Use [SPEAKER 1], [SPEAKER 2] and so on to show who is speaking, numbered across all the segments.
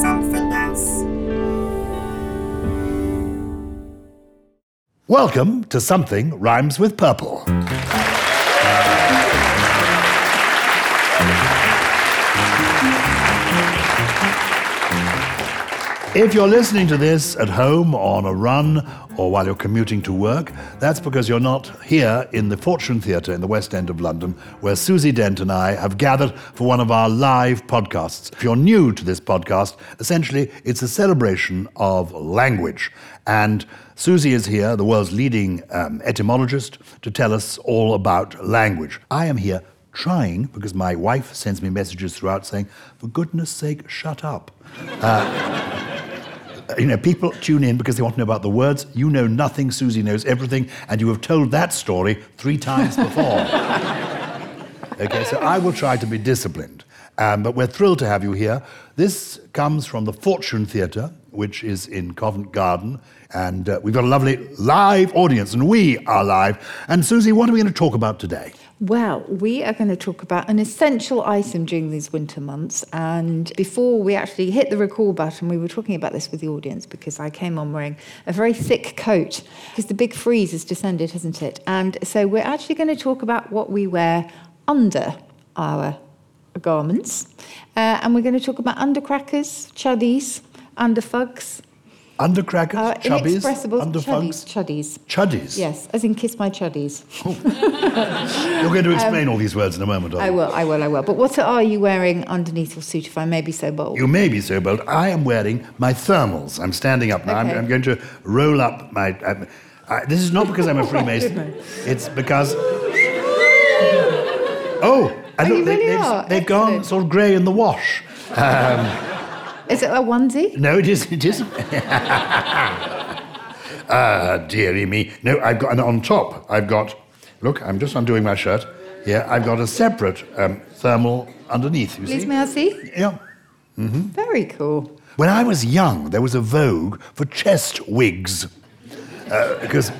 [SPEAKER 1] something else.
[SPEAKER 2] Welcome to Something Rhymes with Purple. If you're listening to this at home, on a run, or while you're commuting to work, that's because you're not here in the Fortune Theatre in the West End of London, where Susie Dent and I have gathered for one of our live podcasts. If you're new to this podcast, essentially it's a celebration of language. And Susie is here, the world's leading um, etymologist, to tell us all about language. I am here trying, because my wife sends me messages throughout saying, for goodness sake, shut up you know, people tune in because they want to know about the words. You know nothing, Susie knows everything, and you have told that story three times before. okay, so I will try to be disciplined. Um, but we're thrilled to have you here. This comes from the Fortune Theatre, which is in Covent Garden. And uh, we've got a lovely live audience, and we are live. And Susie, what are we going to talk about today?
[SPEAKER 3] Well, we are going to talk about an essential item during these winter months. And before we actually hit the recall button, we were talking about this with the audience because I came on wearing a very thick coat because the big freeze has descended, hasn't it? And so we're actually going to talk about what we wear under our garments. Uh, and we're going to talk about undercrackers, chuddies, underfugs,
[SPEAKER 2] Undercrackers,
[SPEAKER 3] uh,
[SPEAKER 2] chubbies,
[SPEAKER 3] inexpressible chuddies,
[SPEAKER 2] underfugs,
[SPEAKER 3] chuddies.
[SPEAKER 2] chuddies.
[SPEAKER 3] Yes, as in kiss my chuddies.
[SPEAKER 2] You're going to explain all these words in a moment,
[SPEAKER 3] Um, I
[SPEAKER 2] aren't you?
[SPEAKER 3] will, I will, I will. But what are you wearing underneath your suit if I may be so bold?
[SPEAKER 2] You may be so bold. I am wearing my thermals. I'm standing up now. I'm,
[SPEAKER 3] Okay.
[SPEAKER 2] I'm going to roll up my. I'm, I, this is not
[SPEAKER 3] Oh
[SPEAKER 2] because I'm a Freemason. it's because. Oh, I look,
[SPEAKER 3] Oh, you
[SPEAKER 2] they,
[SPEAKER 3] really
[SPEAKER 2] they've,
[SPEAKER 3] are.
[SPEAKER 2] they've gone
[SPEAKER 3] Excellent.
[SPEAKER 2] sort of grey in the wash.
[SPEAKER 3] Is it a onesie?
[SPEAKER 2] No, it is. It is. ah, dearie me. No, I've got. And on top, I've got. Look, I'm just undoing my shirt. Yeah, I've got a separate um, thermal underneath. You
[SPEAKER 3] Please
[SPEAKER 2] see?
[SPEAKER 3] may I see?
[SPEAKER 2] Yeah.
[SPEAKER 3] Very cool.
[SPEAKER 2] When I was young, there was a vogue for chest wigs uh, because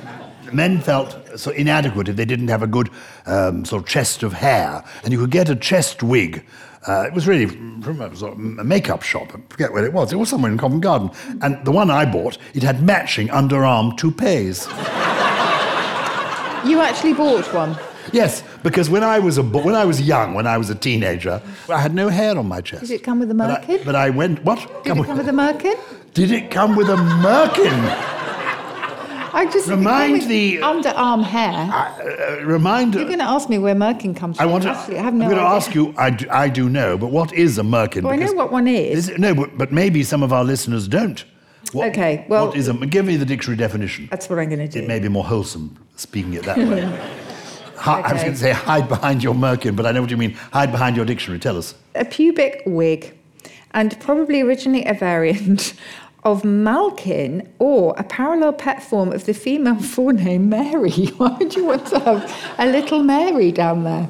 [SPEAKER 2] men felt so inadequate if they didn't have a good um, sort of chest of hair. And you could get a chest wig. Uh, it was really from a, sort of a makeup shop. I forget where it was. It was somewhere in Covent Garden. And the one I bought, it had matching underarm toupees.
[SPEAKER 3] You actually bought one.
[SPEAKER 2] Yes, because when I was a bo- when I was young, when I was a teenager, I had no hair on my chest.
[SPEAKER 3] Did it come with a
[SPEAKER 2] But I-
[SPEAKER 3] merkin?
[SPEAKER 2] But I, went. What?
[SPEAKER 3] Did it come with a merkin?
[SPEAKER 2] Did it come with a merkin?
[SPEAKER 3] I just think it
[SPEAKER 2] Remind
[SPEAKER 3] come with
[SPEAKER 2] the-
[SPEAKER 3] underarm hair.
[SPEAKER 2] Uh, remind.
[SPEAKER 3] You're going to ask me where merkin comes
[SPEAKER 2] I
[SPEAKER 3] from.
[SPEAKER 2] want to.
[SPEAKER 3] Actually, I have
[SPEAKER 2] am
[SPEAKER 3] no
[SPEAKER 2] going to
[SPEAKER 3] idea.
[SPEAKER 2] ask you. I do, I do know, but what is a merkin?
[SPEAKER 3] Well, I know
[SPEAKER 2] Because
[SPEAKER 3] what one is.
[SPEAKER 2] this- no, but, but maybe some of our listeners don't. What,
[SPEAKER 3] Okay, well-
[SPEAKER 2] what is a? Give me the dictionary definition.
[SPEAKER 3] That's what I'm going to do.
[SPEAKER 2] It may be more wholesome speaking it that way. Hi, I was
[SPEAKER 3] Okay.
[SPEAKER 2] going to say hide behind your merkin, but I know what you mean. Hide behind your dictionary. Tell us.
[SPEAKER 3] a pubic wig, and probably originally a variant of malkin or a parallel pet form of the female forename Mary. Why would you want to have a little Mary down there?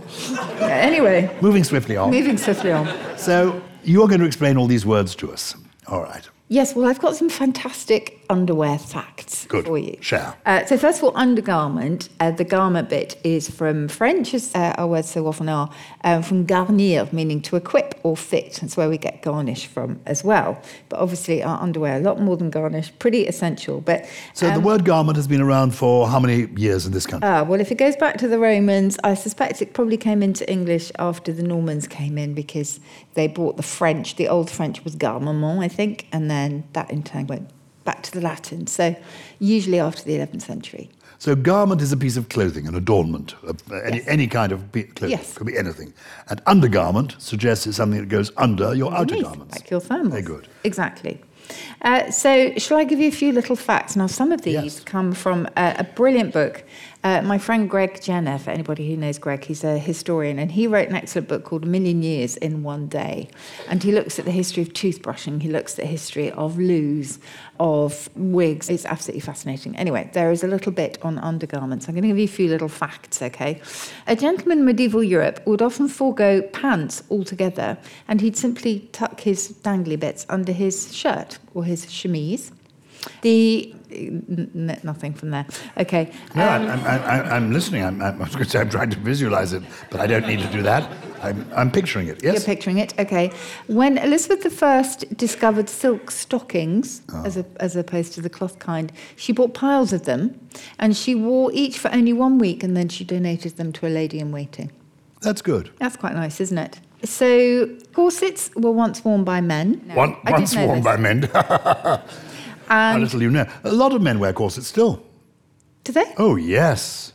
[SPEAKER 3] Anyway,
[SPEAKER 2] Moving swiftly on.
[SPEAKER 3] moving swiftly on.
[SPEAKER 2] So you are going to explain all these words to us. All right.
[SPEAKER 3] Yes, well, I've got some fantastic underwear facts
[SPEAKER 2] Good.
[SPEAKER 3] for you.
[SPEAKER 2] Share.
[SPEAKER 3] Uh, so, first of all, undergarment. Uh, the garment bit is from French, as uh, our words so often are, um, from garnir, meaning to equip or fit. That's where we get garnish from as well. But obviously, our underwear, a lot more than garnish, pretty essential. But
[SPEAKER 2] So
[SPEAKER 3] Um,
[SPEAKER 2] the word garment has been around for how many years in this country?
[SPEAKER 3] Ah, well, if it goes back to the Romans, I suspect it probably came into English after the Normans came in because they brought the French. The old French was garmement, I think, and then that in turn went back to the Latin. So usually after the 11th century.
[SPEAKER 2] So garment is a piece of clothing, an adornment, of uh, any,
[SPEAKER 3] Yes.
[SPEAKER 2] any kind of pe- clothing.
[SPEAKER 3] Yes.
[SPEAKER 2] Could be anything. And undergarment suggests it's something that goes under your outer
[SPEAKER 3] Underneath,
[SPEAKER 2] Oh, garments.
[SPEAKER 3] Like your sandals.
[SPEAKER 2] Very good.
[SPEAKER 3] Exactly. Uh, so, shall I give you a few little facts? Now, some of these
[SPEAKER 2] Yes.
[SPEAKER 3] come from a, a brilliant book. Uh, my friend Greg Jenner, for anybody who knows Greg, he's a historian, and he wrote an excellent book called A Million Years in One Day. And he looks at the history of toothbrushing, he looks at the history of loos, of wigs. It's absolutely fascinating. Anyway, there is a little bit on undergarments. I'm going to give you a few little facts, okay? A gentleman in medieval Europe would often forego pants altogether, and he'd simply tuck his dangly bits under his shirt or his chemise. The n- n- nothing from there. Okay. uh,
[SPEAKER 2] No, I'm, I'm, I'm, I'm listening. I'm, I'm, I was going to say I'm trying to visualize it, but I don't need to do that. I'm, I'm picturing it. Yes.
[SPEAKER 3] You're picturing it, okay? When Elizabeth I discovered silk stockings, as, a, as opposed to the cloth kind, she bought piles of them, and she wore each for only one week, and then she donated them to a lady in waiting.
[SPEAKER 2] That's good.
[SPEAKER 3] That's quite nice, isn't it? So corsets were once worn by men.
[SPEAKER 2] One,
[SPEAKER 3] I
[SPEAKER 2] once
[SPEAKER 3] did know
[SPEAKER 2] worn
[SPEAKER 3] this. Um,
[SPEAKER 2] by men. How little you know. A lot of men wear corsets still.
[SPEAKER 3] Do they?
[SPEAKER 2] Oh, yes.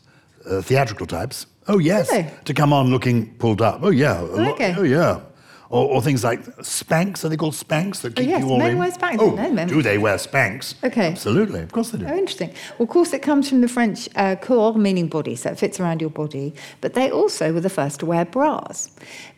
[SPEAKER 2] Uh, theatrical types. Oh, yes.
[SPEAKER 3] they?
[SPEAKER 2] To come on looking pulled up. Oh, yeah. A lo-
[SPEAKER 3] okay.
[SPEAKER 2] Oh, yeah. Or, or things like Spanx, are they called Spanx that keep
[SPEAKER 3] yes,
[SPEAKER 2] you all
[SPEAKER 3] men
[SPEAKER 2] in?
[SPEAKER 3] wear Spanx.
[SPEAKER 2] Oh,
[SPEAKER 3] No, men-
[SPEAKER 2] do they wear Spanx?
[SPEAKER 3] Okay.
[SPEAKER 2] Absolutely. Of course they do.
[SPEAKER 3] Oh, interesting. Well, of course, it comes from the French uh, corps, meaning body, so it fits around your body. But they also were the first to wear bras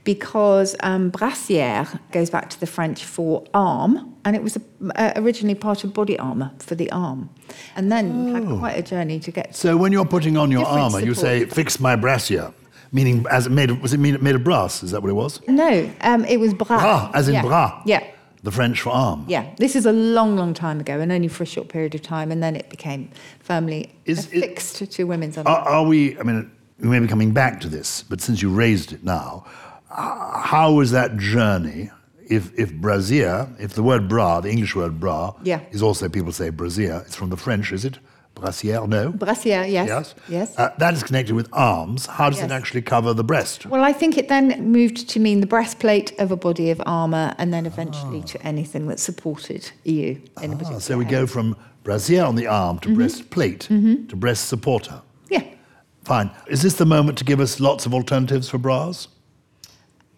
[SPEAKER 3] because um, brassiere goes back to the French for arm, and it was uh, originally part of body armor for the arm. And then had
[SPEAKER 2] Oh.
[SPEAKER 3] quite a journey to get
[SPEAKER 2] So when you're putting on your
[SPEAKER 3] Different
[SPEAKER 2] armor, you say, fix my brassiere, meaning as it made of, was it made, made of brass? Is that what it was?
[SPEAKER 3] No, um, it was bras.
[SPEAKER 2] Bra, as in
[SPEAKER 3] yeah.
[SPEAKER 2] bra.
[SPEAKER 3] Yeah.
[SPEAKER 2] The French for arm.
[SPEAKER 3] Yeah, this is a long, long time ago, and only for a short period of time, and then it became firmly
[SPEAKER 2] Is it- Ah.
[SPEAKER 3] affixed to women's arms.
[SPEAKER 2] Are, are we, I mean, we may be coming back to this, but since you raised it now, h- how was that journey? If, if brassiere, if the word bra, the English word bra,
[SPEAKER 3] Yeah.
[SPEAKER 2] is also, people say brassiere, it's from the French, is it? Brassiere, no?
[SPEAKER 3] Brassiere, yes. Yes.
[SPEAKER 2] Uh, that is connected with arms. How does
[SPEAKER 3] Yes.
[SPEAKER 2] it actually cover the breast?
[SPEAKER 3] Well, I think it then moved to mean the breastplate of a body of armour and then eventually to anything that supported you in a
[SPEAKER 2] Ah,
[SPEAKER 3] particular
[SPEAKER 2] so we
[SPEAKER 3] area.
[SPEAKER 2] go from brassiere on the arm
[SPEAKER 3] Mm-hmm.
[SPEAKER 2] to breastplate to breast supporter.
[SPEAKER 3] Yeah.
[SPEAKER 2] Fine. Is this the moment to give us lots of alternatives for bras?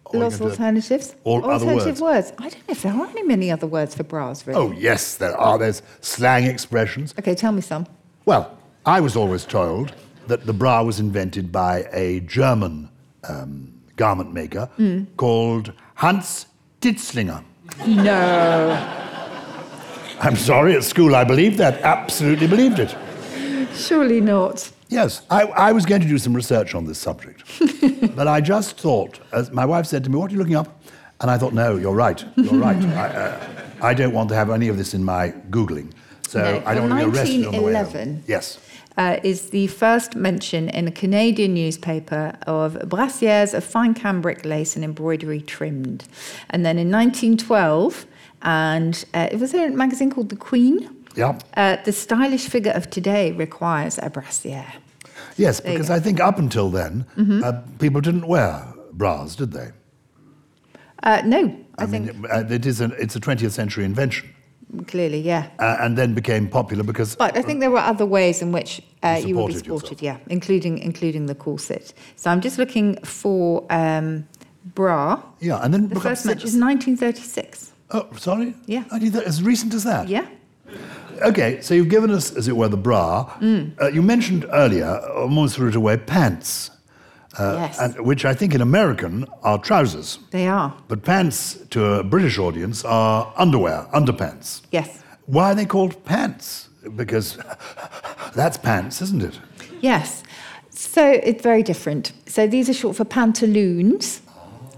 [SPEAKER 2] Or are you
[SPEAKER 3] Lots of
[SPEAKER 2] gonna do-
[SPEAKER 3] alternatives.
[SPEAKER 2] all other
[SPEAKER 3] Alternative words. I don't know if there are any many other words for bras, really.
[SPEAKER 2] Oh, yes, there are. There's slang expressions.
[SPEAKER 3] Okay, tell me some.
[SPEAKER 2] Well, I was always told that the bra was invented by a German um, garment maker called Hans Ditzlinger.
[SPEAKER 3] No.
[SPEAKER 2] I'm sorry, at school I believed that, absolutely believed it.
[SPEAKER 3] Surely not.
[SPEAKER 2] Yes, I, I was going to do some research on this subject, but I just thought, as my wife said to me, What are you looking up? And I thought, No, you're right, you're right. I, uh, I don't want to have any of this in my Googling, so
[SPEAKER 3] No,
[SPEAKER 2] I don't
[SPEAKER 3] from
[SPEAKER 2] want to be arrested on the way. Home.
[SPEAKER 3] 1911.
[SPEAKER 2] Yes.
[SPEAKER 3] uh, is the first mention in a Canadian newspaper of brassieres of fine cambric lace and embroidery trimmed. And then in 1912, and uh, it was a magazine called The Queen.
[SPEAKER 2] Yeah.
[SPEAKER 3] Uh, the stylish figure of today requires a brassiere.
[SPEAKER 2] Yes,
[SPEAKER 3] you
[SPEAKER 2] because
[SPEAKER 3] go. Mm-hmm.
[SPEAKER 2] I think up until then, uh, people didn't wear bras, did they?
[SPEAKER 3] Uh, no, I,
[SPEAKER 2] mean,
[SPEAKER 3] think
[SPEAKER 2] it- uh, it is an, it's a 20th century invention,
[SPEAKER 3] clearly, yeah.
[SPEAKER 2] uh, and then became popular because.
[SPEAKER 3] But I think there were other ways in which uh,
[SPEAKER 2] You
[SPEAKER 3] you would be
[SPEAKER 2] supported
[SPEAKER 3] supported, yeah, including including the corset. So I'm just looking for um, bra.
[SPEAKER 2] yeah, and then
[SPEAKER 3] The
[SPEAKER 2] become
[SPEAKER 3] first match
[SPEAKER 2] sit-
[SPEAKER 3] is 1936.
[SPEAKER 2] Oh, sorry.
[SPEAKER 3] Yeah.
[SPEAKER 2] I did that as recent as that.
[SPEAKER 3] Yeah. Mm.
[SPEAKER 2] Okay, so you've given us, as it were, the bra. Uh, you mentioned earlier, uh, almost threw it away, pants,
[SPEAKER 3] yes.
[SPEAKER 2] Uh, and, which I think in American are trousers,
[SPEAKER 3] They are.
[SPEAKER 2] but pants to a British audience are underwear, underpants.
[SPEAKER 3] Yes.
[SPEAKER 2] Why are they called pants? Because that's pants, isn't it?
[SPEAKER 3] Yes. So it's very different. So these are short for pantaloons.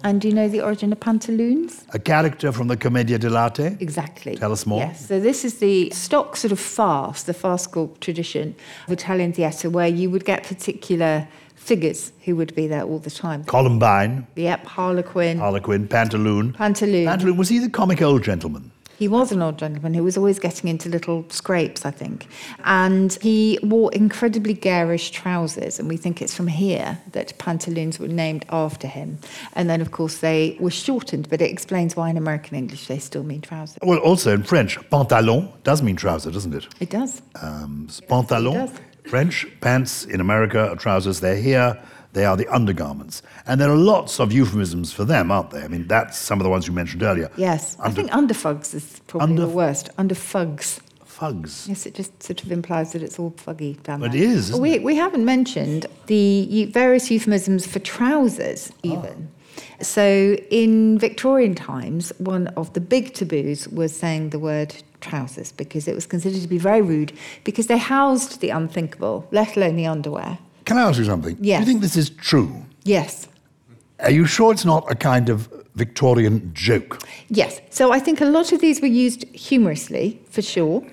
[SPEAKER 3] And do you know the origin of pantaloons?
[SPEAKER 2] A character from the Commedia dell'arte.
[SPEAKER 3] Exactly.
[SPEAKER 2] Tell us more.
[SPEAKER 3] Yes. So this is the stock sort of farce, the farcical tradition of Italian theatre where you would get particular figures who would be there all the time.
[SPEAKER 2] Columbine,
[SPEAKER 3] Yep, Harlequin.
[SPEAKER 2] Harlequin, Pantaloon.
[SPEAKER 3] Pantaloon.
[SPEAKER 2] Pantaloon, was he the comic old gentleman?
[SPEAKER 3] He was an old gentleman who was always getting into little scrapes, I think. And he wore incredibly garish trousers, and we think it's from here that pantaloons were named after him. And then, of course, they were shortened, but it explains why in American English they still mean trousers.
[SPEAKER 2] Well, also in French, pantalon does mean trouser, doesn't it?
[SPEAKER 3] It does.
[SPEAKER 2] Um, pantalon,
[SPEAKER 3] does.
[SPEAKER 2] French pants in America are trousers. They're here. They are the undergarments, and there are lots of euphemisms for them, aren't there? I mean, that's some of the ones you mentioned earlier.
[SPEAKER 3] Yes. I
[SPEAKER 2] Under-
[SPEAKER 3] think underfugs is probably
[SPEAKER 2] Under-
[SPEAKER 3] the worst. Underfugs.
[SPEAKER 2] Fugs.
[SPEAKER 3] Yes, it just sort of implies that it's all fuggy down
[SPEAKER 2] It
[SPEAKER 3] there.
[SPEAKER 2] is, isn't
[SPEAKER 3] we,
[SPEAKER 2] it?
[SPEAKER 3] we haven't mentioned the eu- various euphemisms for
[SPEAKER 2] Ah.
[SPEAKER 3] trousers, even. So in Victorian times, one of the big taboos was saying the word trousers because it was considered to be very rude because they housed the unthinkable, let alone the underwear.
[SPEAKER 2] Can I ask you something? Do
[SPEAKER 3] Yes.
[SPEAKER 2] you think this is true?
[SPEAKER 3] Yes.
[SPEAKER 2] Are you sure it's not a kind of Victorian joke?
[SPEAKER 3] Yes. So I think a lot of these were used humorously, for sure.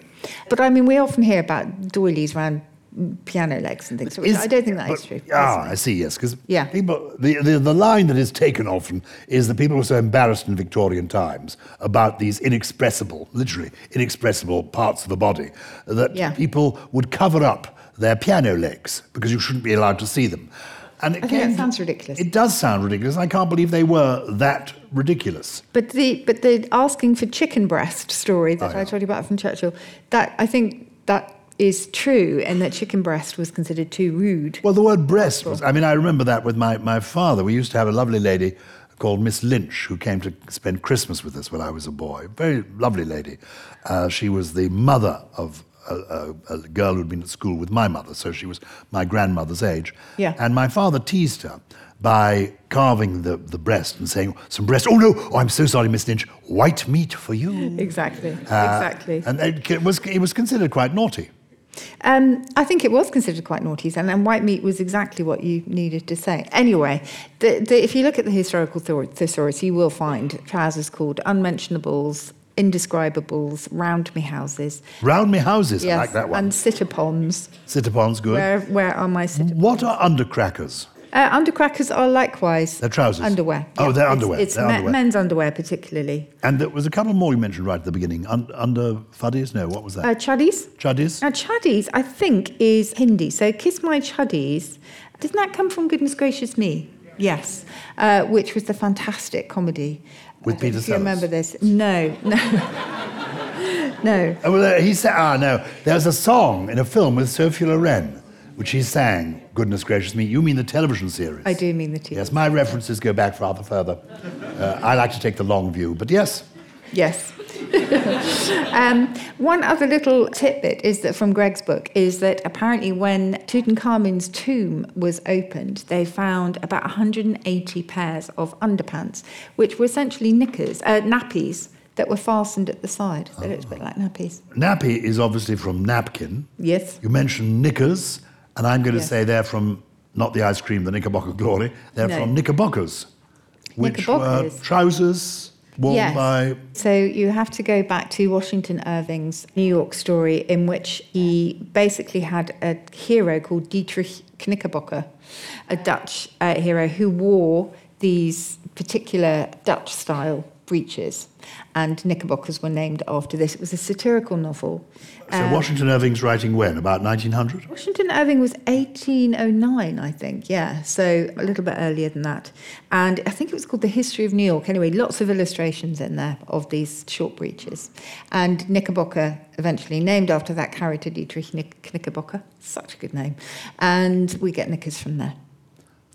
[SPEAKER 3] But I mean, we often hear about doilies around piano legs and things. which
[SPEAKER 2] Is-
[SPEAKER 3] I don't think that is
[SPEAKER 2] but-
[SPEAKER 3] true.
[SPEAKER 2] Ah, I see. Yes, because
[SPEAKER 3] Yeah.
[SPEAKER 2] people the, the the line that is taken often is that people were so embarrassed in Victorian times about these inexpressible, literally inexpressible parts of the body that
[SPEAKER 3] Yeah.
[SPEAKER 2] people would cover up their piano legs because you shouldn't be allowed to see them. And it
[SPEAKER 3] I think that
[SPEAKER 2] came-
[SPEAKER 3] sounds ridiculous.
[SPEAKER 2] It does sound ridiculous. I can't believe they were that ridiculous.
[SPEAKER 3] But the but the asking for chicken breast story that
[SPEAKER 2] Oh,
[SPEAKER 3] I told you about from Churchill, that I think that is true, and that chicken breast was considered too rude.
[SPEAKER 2] Well, the word breast was, I mean, I remember that with my, my father. We used to have a lovely lady called Miss Lynch who came to spend Christmas with us when I was a boy. Very lovely lady. Uh, she was the mother of a, a, a girl who'd been at school with my mother, so she was my grandmother's age.
[SPEAKER 3] Yeah.
[SPEAKER 2] And my father teased her by carving the, the breast and saying, Some breast. Oh, no. Oh, I'm so sorry, Miss Lynch. White meat for you.
[SPEAKER 3] Exactly,
[SPEAKER 2] Uh,
[SPEAKER 3] exactly.
[SPEAKER 2] And it was, it was considered quite naughty.
[SPEAKER 3] Um, I think it was considered quite naughty, and, and white meat was exactly what you needed to say. Anyway, the, the, if you look at the historical thor- thesaurus, you will find trousers called unmentionables, indescribables, round me houses,
[SPEAKER 2] Round me houses. I
[SPEAKER 3] yes,
[SPEAKER 2] like that one.
[SPEAKER 3] and sit upons.
[SPEAKER 2] Sit upon's good.
[SPEAKER 3] Where, where are my sit
[SPEAKER 2] What are undercrackers?
[SPEAKER 3] Uh, undercrackers are likewise.
[SPEAKER 2] They're trousers.
[SPEAKER 3] Underwear.
[SPEAKER 2] Hmm. Oh, they're underwear.
[SPEAKER 3] It's, it's
[SPEAKER 2] They're
[SPEAKER 3] me-
[SPEAKER 2] underwear.
[SPEAKER 3] men's underwear, particularly.
[SPEAKER 2] And there was a couple more you mentioned right at the beginning. Un- under fuddies? No, what was that?
[SPEAKER 3] Uh, chuddies.
[SPEAKER 2] Chuddies?
[SPEAKER 3] Now, chuddies, I think, is Hindi. So, kiss my chuddies. Didn't that come from Goodness Gracious Me? Yes. Uh, which was the fantastic comedy.
[SPEAKER 2] With
[SPEAKER 3] I think
[SPEAKER 2] Peter
[SPEAKER 3] if you remember
[SPEAKER 2] Sellers.
[SPEAKER 3] this? No, no. no.
[SPEAKER 2] Oh, well, uh, he said, ah, no. There's a song in a film with Sophia Loren, which he sang. Goodness gracious me. You mean the television series?
[SPEAKER 3] I do mean the two.
[SPEAKER 2] Yes, my references go back rather further. Uh, I like to take the long view, but yes.
[SPEAKER 3] Yes. um, one other little tidbit is that from Greg's book is that apparently when Tutankhamen's tomb was opened, they found about 180 pairs of underpants, which were essentially knickers, uh, nappies that were fastened at the side. They looked a bit like nappies.
[SPEAKER 2] Nappy is obviously from napkin.
[SPEAKER 3] Yes.
[SPEAKER 2] You mentioned knickers, and I'm going to
[SPEAKER 3] Yes.
[SPEAKER 2] say they're from not the ice cream, the Knickerbocker Glory. They're
[SPEAKER 3] No.
[SPEAKER 2] from knickerbockers, which were
[SPEAKER 3] Knickerbockers.
[SPEAKER 2] trousers worn
[SPEAKER 3] Yes.
[SPEAKER 2] by.
[SPEAKER 3] So you have to go back to Washington Irving's New York story, in which he basically had a hero called Dietrich Knickerbocker, a Dutch uh, hero who wore these particular Dutch style breeches. And knickerbockers were named after this. It was a satirical novel.
[SPEAKER 2] So
[SPEAKER 3] um,
[SPEAKER 2] Washington Irving's writing when about 1900.
[SPEAKER 3] Washington Irving was 1809, I think, yeah, so a little bit earlier than that. And I think it was called The History of New York. Anyway, lots of illustrations in there of these short breeches. And Knickerbocker, eventually named after that character, Dietrich Knick- Knickerbocker, such a good name. And we get knickers from there,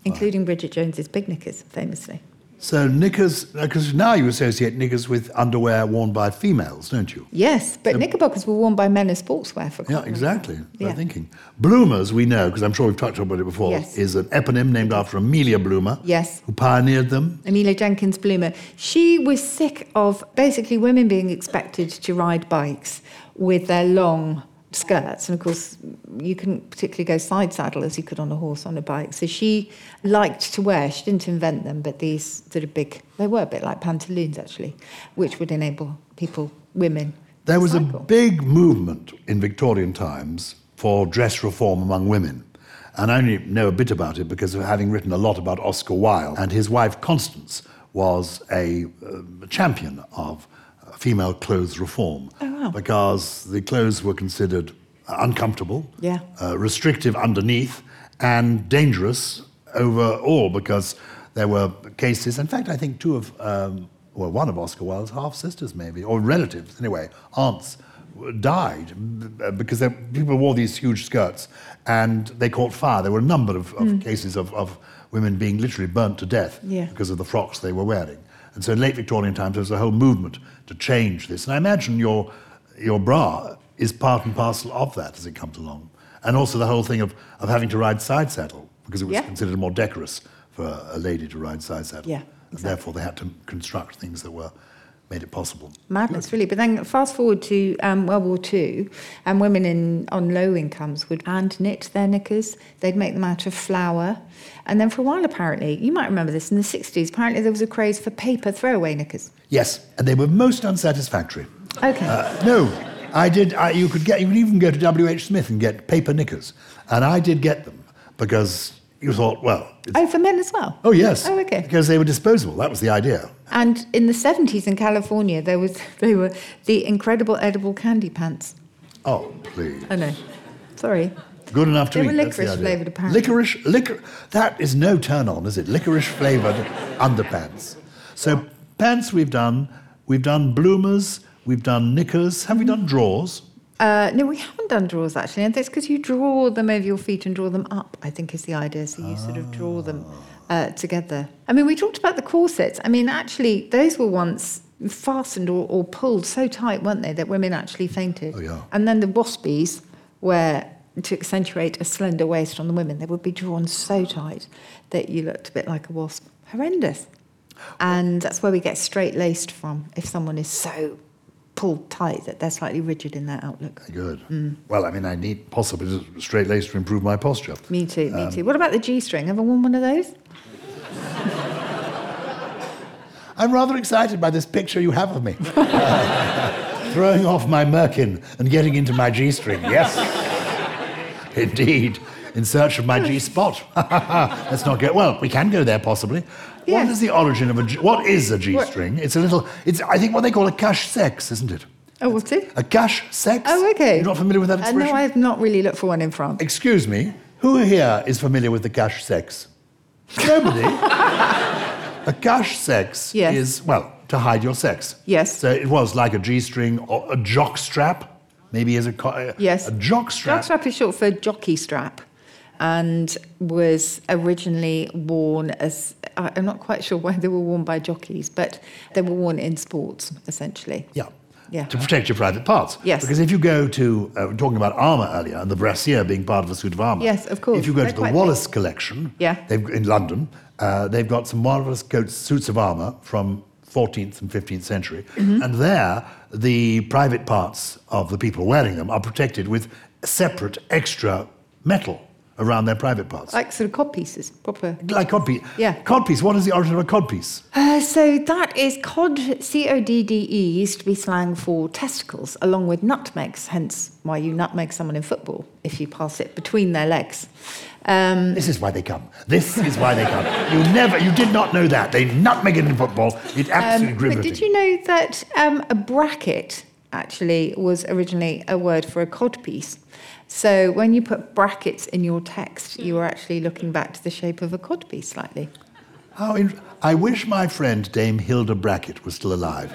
[SPEAKER 3] including Bridget Jones's big knickers, famously.
[SPEAKER 2] So knickers, because now you associate knickers with underwear worn by females, don't you?
[SPEAKER 3] Yes, but knickerbockers were worn by men as sportswear for
[SPEAKER 2] Yeah, exactly. They're
[SPEAKER 3] Yeah.
[SPEAKER 2] thinking. Bloomers, we know, because I'm sure we've talked about it before,
[SPEAKER 3] Yes.
[SPEAKER 2] is an eponym named after Amelia Bloomer.
[SPEAKER 3] Yes.
[SPEAKER 2] Who pioneered them.
[SPEAKER 3] Amelia Jenkins Bloomer. She was sick of basically women being expected to ride bikes with their long skirts. And of course, you couldn't particularly go side saddle as you could on a horse on a bike. So she liked to wear, she didn't invent them, but these sort of big, they were a bit like pantaloons actually, which would enable people, women,
[SPEAKER 2] There was a
[SPEAKER 3] cycle.
[SPEAKER 2] big movement in Victorian times for dress reform among women. And I only know a bit about it because of having written a lot about Oscar Wilde. And his wife, Constance, was a um, champion of uh, female clothes reform because the clothes were considered uncomfortable,
[SPEAKER 3] Yeah.
[SPEAKER 2] uh, restrictive underneath, and dangerous overall because there were cases. In fact, I think two of, um, well, one of Oscar Wilde's half sisters, maybe, or relatives, anyway, aunts, w- died uh, because they, people wore these huge skirts and they caught fire. There were a number of, of cases of, of women being literally burnt to death
[SPEAKER 3] Yeah.
[SPEAKER 2] because of the frocks they were wearing. And so in late Victorian times, there was a whole movement to change this. And I imagine your, your bra is part and parcel of that as it comes along. And also the whole thing of, of having to ride side saddle, because it was
[SPEAKER 3] Yeah.
[SPEAKER 2] considered more decorous for a lady to ride side saddle.
[SPEAKER 3] Yeah,
[SPEAKER 2] And therefore, they had to construct things that were made it possible.
[SPEAKER 3] Madness, really. But then fast forward to um, World War Two, and women in on low incomes would hand knit their knickers. They'd make them out of flour, and then for a while, apparently, you might remember this in the sixties. Apparently, there was a craze for paper throwaway knickers.
[SPEAKER 2] Yes, and they were most unsatisfactory.
[SPEAKER 3] Okay.
[SPEAKER 2] Uh, no, I did. I, you could get. You could even go to W. H. Smith and get paper knickers, and I did get them because you thought, well, it's,
[SPEAKER 3] oh, for men as well.
[SPEAKER 2] oh yes,
[SPEAKER 3] Oh, okay.
[SPEAKER 2] because they were disposable. That was the idea.
[SPEAKER 3] And in the seventies in California, there was they were the incredible edible candy pants.
[SPEAKER 2] Oh please,
[SPEAKER 3] Oh no, sorry.
[SPEAKER 2] good enough to
[SPEAKER 3] They
[SPEAKER 2] eat.
[SPEAKER 3] were
[SPEAKER 2] that's the
[SPEAKER 3] licorice
[SPEAKER 2] idea.
[SPEAKER 3] flavoured, apparently.
[SPEAKER 2] Licorice, licor. That is no turn on, is it? Licorice flavored underpants. So pants we've done. We've done bloomers. We've done knickers. Have we
[SPEAKER 3] Mm.
[SPEAKER 2] done drawers?
[SPEAKER 3] Uh, no, we haven't done drawers actually, and that's because you draw them over your feet and draw them up. I think is the idea. So you sort of draw them
[SPEAKER 2] Ah.
[SPEAKER 3] uh, together. I mean, we talked about the corsets. I mean, actually, those were once fastened or, or pulled so tight, weren't they, that women actually fainted.
[SPEAKER 2] Oh, yeah.
[SPEAKER 3] And then the waspies were to accentuate a slender waist on the women. They would be drawn so tight that you looked a bit like a wasp. Horrendous. And that's where we get straight laced from. If someone is so pulled tight that they're slightly rigid in their outlook.
[SPEAKER 2] Good.
[SPEAKER 3] Mm.
[SPEAKER 2] Well, I mean, I need possibly straight lace to improve my posture.
[SPEAKER 3] Me too, me
[SPEAKER 2] Um,
[SPEAKER 3] too. What about the G string? Ever worn one of those?
[SPEAKER 2] I'm rather excited by this picture you have of me. Throwing off my merkin and getting into my G string, yes. Indeed, in search of my G spot. Let's not go, well, we can go there possibly.
[SPEAKER 3] Yes.
[SPEAKER 2] What is the origin of a G, what is a G string? It's a little, it's, I think what they call a cash sex, isn't it?
[SPEAKER 3] Oh, what's it?
[SPEAKER 2] A cash sex?
[SPEAKER 3] Oh, okay.
[SPEAKER 2] You're not familiar with that
[SPEAKER 3] Uh,
[SPEAKER 2] expression?
[SPEAKER 3] no, I have not really looked for one in France.
[SPEAKER 2] Excuse me, who here is familiar with the cash sex? Nobody. a cash sex
[SPEAKER 3] Yes.
[SPEAKER 2] is, well, to hide your sex.
[SPEAKER 3] Yes.
[SPEAKER 2] So it was like a G string or a jock strap, maybe as a. Co- uh,
[SPEAKER 3] Yes.
[SPEAKER 2] A jock strap.
[SPEAKER 3] Jockstrap is short for jockey strap and was originally worn as I- I'm not quite sure why they were worn by jockeys, but they were worn in sports essentially.
[SPEAKER 2] Yeah.
[SPEAKER 3] Yeah.
[SPEAKER 2] To protect your private parts.
[SPEAKER 3] Yes.
[SPEAKER 2] Because if you go to, uh, we were talking about armour earlier, and the brassiere being part of a suit of armour.
[SPEAKER 3] Yes, of course.
[SPEAKER 2] If you go
[SPEAKER 3] They're
[SPEAKER 2] to the
[SPEAKER 3] quite big.
[SPEAKER 2] Wallace collection
[SPEAKER 3] Yeah.
[SPEAKER 2] they've, in London, uh, they've got some marvellous coats, suits of armour from 14th and 15th century.
[SPEAKER 3] Mm-hmm.
[SPEAKER 2] And there, the private parts of the people wearing them are protected with separate extra metal around their private parts.
[SPEAKER 3] Like sort of cod pieces, proper.
[SPEAKER 2] like codpiece.
[SPEAKER 3] Yeah.
[SPEAKER 2] Codpiece. What is the origin of a codpiece?
[SPEAKER 3] Uh, so that is cod, C O D D E, used to be slang for testicles, along with nutmegs, hence why you nutmeg someone in football if you pass it between their legs. Um,
[SPEAKER 2] This is why they come. This is why they come. You never, you did not know that. They nutmeg it in football. It absolutely
[SPEAKER 3] Um, But did you know that um, a bracket actually was originally a word for a codpiece? So when you put brackets in your text, you were actually looking back to the shape of a codpiece slightly.
[SPEAKER 2] How in- I wish my friend Dame Hilda Brackett was still alive,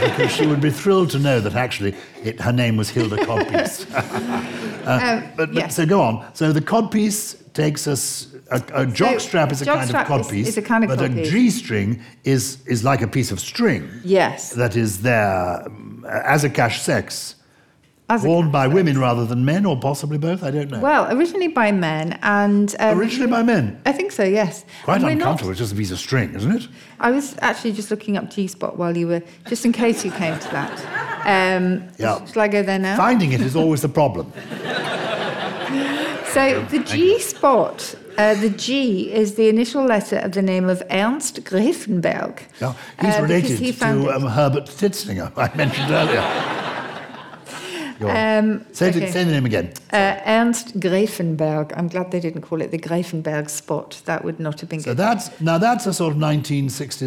[SPEAKER 2] because she would be thrilled to know that actually it, her name was Hilda Codpiece. Uh,
[SPEAKER 3] Um,
[SPEAKER 2] But, but
[SPEAKER 3] yeah.
[SPEAKER 2] so go on. So the codpiece takes us. A, a jock strap is a kind of
[SPEAKER 3] jockstrap is-
[SPEAKER 2] codpiece.
[SPEAKER 3] is a kind of
[SPEAKER 2] but a
[SPEAKER 3] codpiece.
[SPEAKER 2] G string is, is like a piece of string
[SPEAKER 3] yes.
[SPEAKER 2] that is there um, as a cash sex,
[SPEAKER 3] As a-
[SPEAKER 2] worn by women rather than men, or possibly both. I don't know.
[SPEAKER 3] well, originally by men, and um,
[SPEAKER 2] Originally by men.
[SPEAKER 3] I think so. Yes.
[SPEAKER 2] Quite
[SPEAKER 3] And we're not-
[SPEAKER 2] uncomfortable. It's just a piece of string, isn't it?
[SPEAKER 3] I was actually just looking up G spot while you were, just in case you came to that. Um,
[SPEAKER 2] Yeah.
[SPEAKER 3] Shall I go there now?
[SPEAKER 2] Finding it is always the problem.
[SPEAKER 3] So the G spot, uh, the G is the initial letter of the name of Ernst Griffenberg.
[SPEAKER 2] Now, he's
[SPEAKER 3] uh, because
[SPEAKER 2] related
[SPEAKER 3] he
[SPEAKER 2] to
[SPEAKER 3] founded-
[SPEAKER 2] um, Herbert Titzinger, I mentioned earlier. Your, say, it-
[SPEAKER 3] okay.
[SPEAKER 2] say the name again.
[SPEAKER 3] Uh, Ernst Greifenberg. I'm glad they didn't call it the Greifenberg spot. That would not have been
[SPEAKER 2] So
[SPEAKER 3] good.
[SPEAKER 2] that's now that's a sort of 1960s,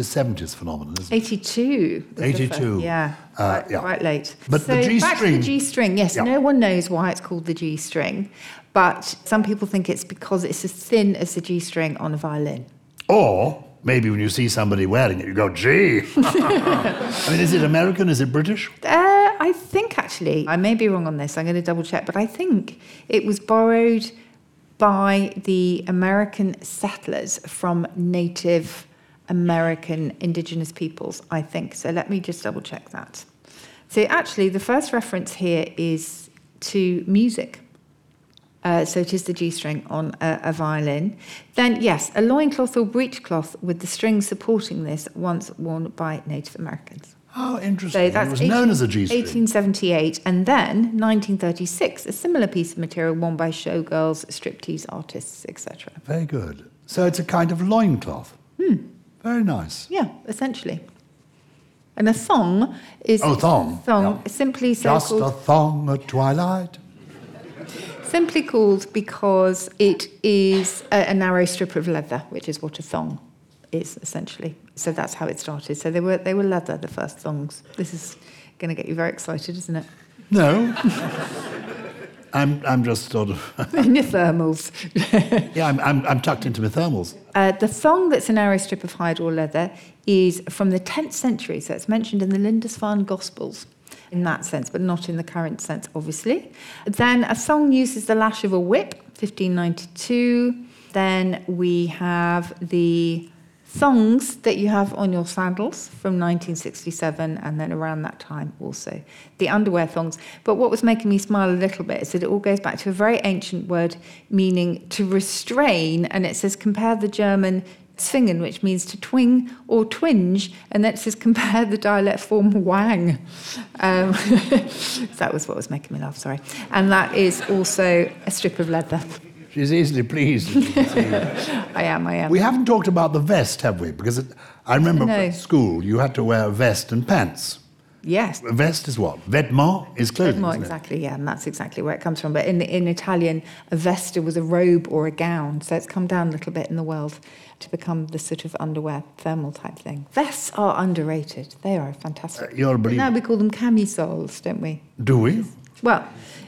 [SPEAKER 2] 70s phenomenon, isn't it?
[SPEAKER 3] 82. was the
[SPEAKER 2] 82.
[SPEAKER 3] first- Yeah.
[SPEAKER 2] Uh,
[SPEAKER 3] quite,
[SPEAKER 2] yeah.
[SPEAKER 3] quite late.
[SPEAKER 2] But
[SPEAKER 3] so
[SPEAKER 2] the
[SPEAKER 3] Back
[SPEAKER 2] G-string-
[SPEAKER 3] to the G string. Yes,
[SPEAKER 2] Yeah.
[SPEAKER 3] no one knows why it's called the G string, but some people think it's because it's as thin as the G string on a violin.
[SPEAKER 2] Or maybe when you see somebody wearing it, you go, gee. I mean, is it American? Is it British?
[SPEAKER 3] Uh, I think actually, I may be wrong on this, I'm going to double check, but I think it was borrowed by the American settlers from Native American indigenous peoples, I think. So let me just double check that. So actually, the first reference here is to music. Uh, so it is the G string on a, a violin. Then, yes, a loincloth or breechcloth with the string supporting this, once worn by Native Americans.
[SPEAKER 2] Oh, interesting.
[SPEAKER 3] So that's
[SPEAKER 2] it was known
[SPEAKER 3] 18
[SPEAKER 2] as a G string.
[SPEAKER 3] 1878, and then 1936, a similar piece of material worn by showgirls, striptease artists, etc.
[SPEAKER 2] Very good. So it's a kind of loincloth. Hmm. Very nice.
[SPEAKER 3] Yeah, essentially. And a thong is
[SPEAKER 2] Oh, thong,
[SPEAKER 3] thong
[SPEAKER 2] yeah.
[SPEAKER 3] simply so
[SPEAKER 2] Just
[SPEAKER 3] called,
[SPEAKER 2] a thong at twilight.
[SPEAKER 3] simply called because it is a, a narrow strip of leather, which is what a thong is essentially. So that's how it started. So they were they were leather the first thongs. This is going to get you very excited, isn't it?
[SPEAKER 2] No. I'm, I'm just sort of.
[SPEAKER 3] In your thermals.
[SPEAKER 2] Yeah, I'm, I'm, I'm tucked into my thermals.
[SPEAKER 3] Uh, the thong that's a narrow strip of hide or leather is from the 10th century, so it's mentioned in the Lindisfarne Gospels in that sense, but not in the current sense, obviously. Then a thong uses the lash of a whip, 1592. Then we have the thongs that you have on your sandals from 1967 and then around that time also the underwear thongs but what was making me smile a little bit is that it all goes back to a very ancient word meaning to restrain and it says compare the german zwingen which means to twing or twinge and that says compare the dialect form wang um, that was what was making me laugh sorry and that is also a strip of leather
[SPEAKER 2] She's easily pleased. as you can see.
[SPEAKER 3] i am i am
[SPEAKER 2] we haven't talked about the vest, have we? Because it, I remember
[SPEAKER 3] No.
[SPEAKER 2] at school you had to wear a vest and pants.
[SPEAKER 3] yes
[SPEAKER 2] A vest is what? Vêtement is clothing.
[SPEAKER 3] More
[SPEAKER 2] Hmm, isn't it?
[SPEAKER 3] exactly, yeah, and that's exactly where it comes from. But in in Italian, a vesta was a robe or a gown, so it's come down a little bit in the world to become the sort of underwear thermal type thing. Vests are underrated; they are fantastic.
[SPEAKER 2] Uh, You're a
[SPEAKER 3] But now
[SPEAKER 2] believer.
[SPEAKER 3] we call them camisoles, don't we?
[SPEAKER 2] Do we?
[SPEAKER 3] Well,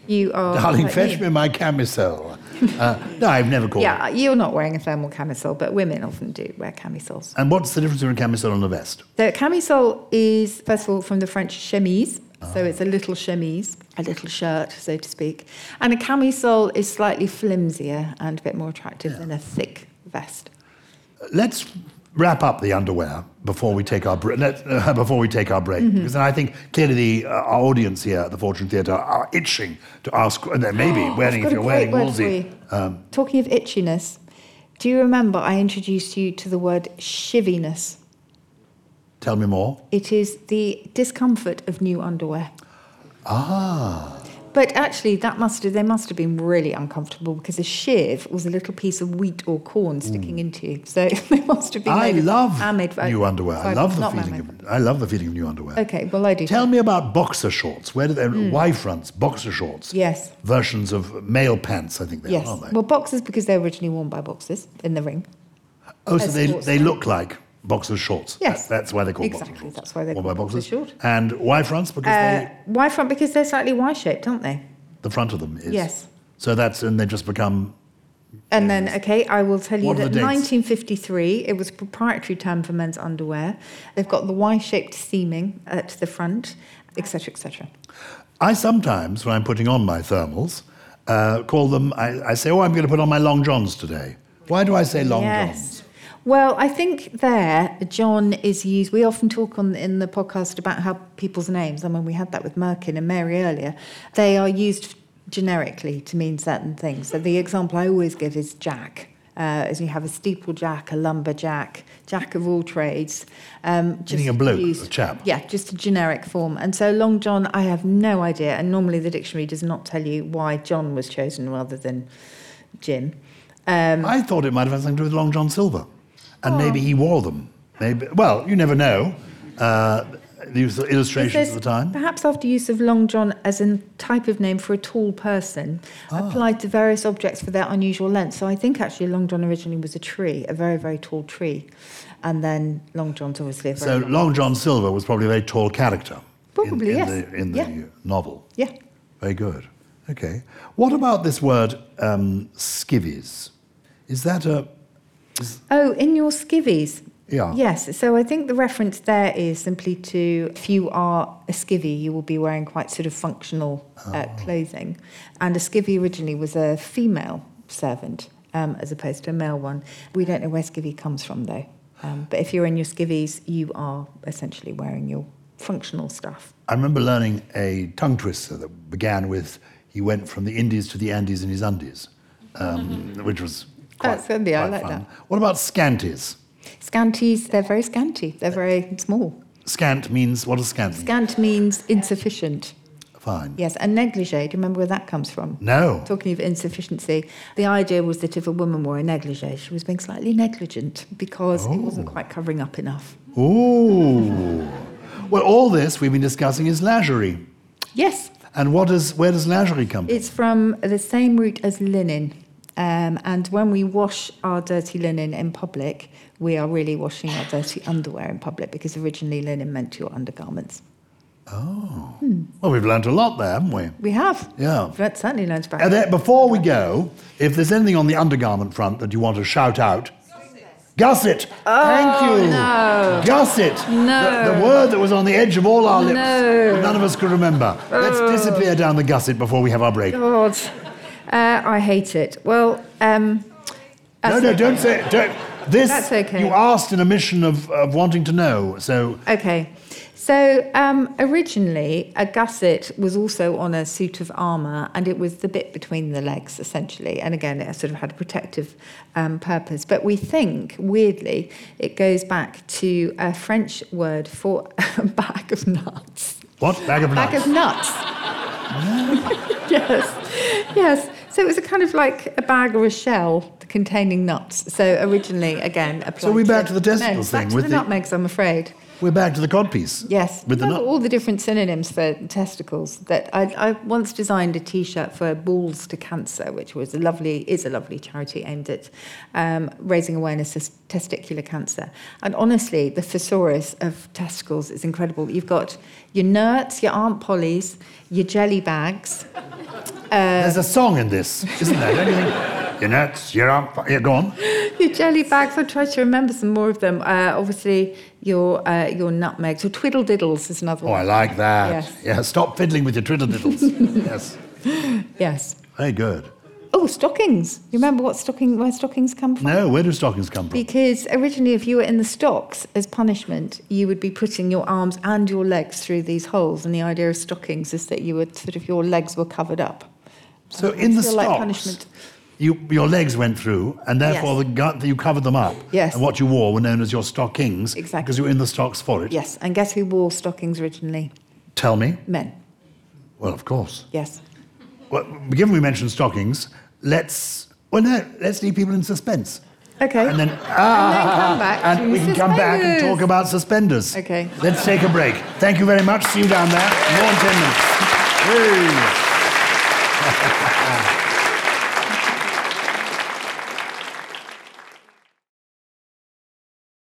[SPEAKER 3] you are.
[SPEAKER 2] Darling,
[SPEAKER 3] like
[SPEAKER 2] fetch
[SPEAKER 3] me.
[SPEAKER 2] me my camisole. Uh, no, I've never called it.
[SPEAKER 3] Yeah, you're not wearing a thermal camisole, but women often do wear camisoles.
[SPEAKER 2] And what's the difference between a camisole and a vest?
[SPEAKER 3] So camisole is first of all from the French chemise, so
[SPEAKER 2] Ah.
[SPEAKER 3] it's a little chemise, a little shirt, so to speak. And a camisole is slightly flimsier and a bit more attractive than a thick vest.
[SPEAKER 2] Let's wrap up the underwear before we take our bre- let, uh, before we take our break
[SPEAKER 3] Mm-hmm.
[SPEAKER 2] because then I think clearly the uh, our audience here at the Fortune Theatre are itching to ask uh, and then maybe wearing if
[SPEAKER 3] I've got a
[SPEAKER 2] you're wearing um,
[SPEAKER 3] great word for
[SPEAKER 2] woolsey.
[SPEAKER 3] you. Talking of itchiness, do you remember I introduced you to the word shiviness?
[SPEAKER 2] Tell me more.
[SPEAKER 3] It is the discomfort of new underwear.
[SPEAKER 2] Ah,
[SPEAKER 3] But actually, that must have, they must have been really uncomfortable because a shiv was a little piece of wheat or corn sticking into you. So they must have been.
[SPEAKER 2] Mm. I
[SPEAKER 3] made of
[SPEAKER 2] love
[SPEAKER 3] amid-
[SPEAKER 2] new underwear. I
[SPEAKER 3] fib-
[SPEAKER 2] love the
[SPEAKER 3] not
[SPEAKER 2] feeling
[SPEAKER 3] mammoth.
[SPEAKER 2] of I love the feeling of new underwear.
[SPEAKER 3] Okay, Mm. well I do.
[SPEAKER 2] Tell me about boxer shorts. Where do they Y fronts, boxer shorts?
[SPEAKER 3] Yes.
[SPEAKER 2] Versions of male pants, I think they
[SPEAKER 3] Yes.
[SPEAKER 2] are, aren't they?
[SPEAKER 3] Well, boxers because they're originally worn by boxers in the ring.
[SPEAKER 2] Oh, so
[SPEAKER 3] as
[SPEAKER 2] they,
[SPEAKER 3] sports
[SPEAKER 2] they
[SPEAKER 3] wear.
[SPEAKER 2] look like boxer shorts. That-
[SPEAKER 3] Yes.
[SPEAKER 2] that's why they're called boxer
[SPEAKER 3] Exactly,
[SPEAKER 2] shorts.
[SPEAKER 3] that's why they're
[SPEAKER 2] Worn
[SPEAKER 3] called
[SPEAKER 2] by
[SPEAKER 3] boxer
[SPEAKER 2] boxers.
[SPEAKER 3] short.
[SPEAKER 2] And Y fronts because
[SPEAKER 3] Uh,
[SPEAKER 2] they,
[SPEAKER 3] why front? Because they're slightly Y shaped, aren't they?
[SPEAKER 2] the front of them is.
[SPEAKER 3] Uh, Yes.
[SPEAKER 2] So that's, and they just become,
[SPEAKER 3] And then, okay, I will tell you
[SPEAKER 2] What are
[SPEAKER 3] that
[SPEAKER 2] the dates?
[SPEAKER 3] 1953, it was a proprietary term for men's underwear. They've got the Y shaped seaming at the front, etc., etc.
[SPEAKER 2] I sometimes, when I'm putting on my thermals, uh, call them, I, I say, oh, I'm going to put on my long johns today. Why do I say long johns?
[SPEAKER 3] Well, I think there, John is used. We often talk on in the podcast about how people's names. I mean, we had that with Merkin and Mary earlier. They are used generically to mean certain things. So the example I always give is Jack. Uh, as you have a steeplejack, a lumberjack, jack of all trades. Um, just
[SPEAKER 2] Meaning a bloke, a
[SPEAKER 3] used-
[SPEAKER 2] chap.
[SPEAKER 3] Yeah, just a generic form. And so Long John, I have no idea. And normally the dictionary does not tell you why John was chosen rather than Jim. Um,
[SPEAKER 2] I thought it might have had something to do with
[SPEAKER 3] Oh.
[SPEAKER 2] Long John Silver. And maybe he wore them. Maybe, well, you never know. Uh, These are
[SPEAKER 3] It
[SPEAKER 2] illustrations
[SPEAKER 3] says,
[SPEAKER 2] at the time.
[SPEAKER 3] Perhaps after use of long john as a type of name for a tall person,
[SPEAKER 2] Ah.
[SPEAKER 3] applied to various objects for their unusual length. So I think actually long john originally was a tree, a very very tall tree, and then long john's obviously a very
[SPEAKER 2] So
[SPEAKER 3] long-
[SPEAKER 2] Long John Silver was probably a very tall character.
[SPEAKER 3] Probably,
[SPEAKER 2] in, in
[SPEAKER 3] yes.
[SPEAKER 2] The, in the
[SPEAKER 3] Yeah.
[SPEAKER 2] novel.
[SPEAKER 3] yeah.
[SPEAKER 2] Very good. Okay. What about this word um, skivvies? Is that a.
[SPEAKER 3] Oh, in your skivvies.
[SPEAKER 2] Yeah.
[SPEAKER 3] Yes. So I think the reference there is simply to if you are a skivvy, you will be wearing quite sort of functional uh, clothing. And a skivvy originally was a female servant um, as opposed to a male one. We don't know where skivvy comes from though. Um, but if you're in your skivvies, you are essentially wearing your functional stuff.
[SPEAKER 2] I remember learning a tongue twister that began with he went from the Indies to the Andes in his undies, um, which was quite,
[SPEAKER 3] That's handy, I
[SPEAKER 2] quite
[SPEAKER 3] like
[SPEAKER 2] fun.
[SPEAKER 3] that.
[SPEAKER 2] What about scanties?
[SPEAKER 3] Scanties, they're very scanty. They're very small.
[SPEAKER 2] Scant means, what does scant mean?
[SPEAKER 3] Scant means insufficient.
[SPEAKER 2] Fine.
[SPEAKER 3] Yes, and negligee, do you remember where that comes from?
[SPEAKER 2] No.
[SPEAKER 3] Talking of insufficiency, the idea was that if a woman wore a negligee, she was being slightly negligent because it wasn't
[SPEAKER 2] Oh.
[SPEAKER 3] quite covering up enough.
[SPEAKER 2] Ooh. well, all this we've been discussing is lingerie.
[SPEAKER 3] Yes,
[SPEAKER 2] And what is, where does lingerie come from?
[SPEAKER 3] it's from the same root as linen. Um, and when we wash our dirty linen in public, we are really washing our dirty underwear in public because originally linen meant your undergarments.
[SPEAKER 2] Well, we've learnt a lot there, haven't we?
[SPEAKER 3] We have.
[SPEAKER 2] Yeah.
[SPEAKER 3] We've learnt- certainly learned about
[SPEAKER 2] And then, before we go, if there's anything on the undergarment front that you want to shout out, gusset. Thank
[SPEAKER 3] Oh,
[SPEAKER 2] you. No. Gusset. No. The, the word that was on the edge of all our lips, but none of us could remember. Let's
[SPEAKER 3] Oh.
[SPEAKER 2] disappear down the gusset before we have our break. No,
[SPEAKER 3] God. Uh, I hate it. Well, um,
[SPEAKER 2] no,
[SPEAKER 3] that's okay.
[SPEAKER 2] don't say it. Don't. This
[SPEAKER 3] That's okay.
[SPEAKER 2] you asked in a mission of, of wanting to know. So
[SPEAKER 3] Okay. So um, originally, a gusset was also on a suit of armour, and it was the bit between the legs, essentially. And again, it sort of had a protective um, purpose. But we think, weirdly, it goes back to a French word for a bag of nuts.
[SPEAKER 2] what? Bag of nuts.
[SPEAKER 3] Bag of nuts. yes. Yes. So it was a kind of like a bag or a shell containing nuts. So originally, again, applied.
[SPEAKER 2] we're back to the testicle
[SPEAKER 3] men.
[SPEAKER 2] thing
[SPEAKER 3] Back to
[SPEAKER 2] with
[SPEAKER 3] the
[SPEAKER 2] the-
[SPEAKER 3] nutmegs, I'm afraid.
[SPEAKER 2] We're back to the codpiece.
[SPEAKER 3] Yes,
[SPEAKER 2] With the
[SPEAKER 3] Remember
[SPEAKER 2] nut.
[SPEAKER 3] all the different synonyms for testicles. That I, I once designed a T-shirt for Balls to Cancer, which was a lovely is a lovely charity aimed at um, raising awareness of testicular cancer. And honestly, the thesaurus of testicles is incredible. You've got your nerds, your Aunt Polly's, your jelly bags.
[SPEAKER 2] There's a song in this, isn't there? Don't you think? Your nuts, your arm. Yeah, go on.
[SPEAKER 3] your jelly bags. I'll try to remember some more of them. Uh, obviously, your uh, your nutmegs. Your twiddlediddles is another
[SPEAKER 2] Oh, I
[SPEAKER 3] one.
[SPEAKER 2] like that.
[SPEAKER 3] Yes.
[SPEAKER 2] Yeah, stop fiddling with your twiddlediddles. yes.
[SPEAKER 3] Yes.
[SPEAKER 2] Very good.
[SPEAKER 3] Oh, stockings. You remember what stocking where stockings come from?
[SPEAKER 2] No, where do stockings come from?
[SPEAKER 3] Because originally, if you were in the stocks as punishment, you would be putting your arms and your legs through these holes. And the idea of stockings is that you would sort of your legs were covered up.
[SPEAKER 2] So in the
[SPEAKER 3] feel like
[SPEAKER 2] stocks,
[SPEAKER 3] punishment.
[SPEAKER 2] you, your legs went through, and therefore
[SPEAKER 3] Yes.
[SPEAKER 2] the gut, you covered them up.
[SPEAKER 3] Yes.
[SPEAKER 2] And what you wore were known as your stockings.
[SPEAKER 3] Exactly.
[SPEAKER 2] Because you were in the stocks for it.
[SPEAKER 3] Yes, and guess who wore stockings originally?
[SPEAKER 2] Tell me.
[SPEAKER 3] Men.
[SPEAKER 2] Well, of course.
[SPEAKER 3] Yes.
[SPEAKER 2] Well, given we mentioned stockings, let's well no, let's leave people in suspense.
[SPEAKER 3] Okay.
[SPEAKER 2] And then, uh,
[SPEAKER 3] come back
[SPEAKER 2] and
[SPEAKER 3] to
[SPEAKER 2] we can come back and
[SPEAKER 3] suspenders.
[SPEAKER 2] talk about suspenders.
[SPEAKER 3] Okay.
[SPEAKER 2] Let's take a break. Thank you very much. See you down there. More in 10 minutes. Hey.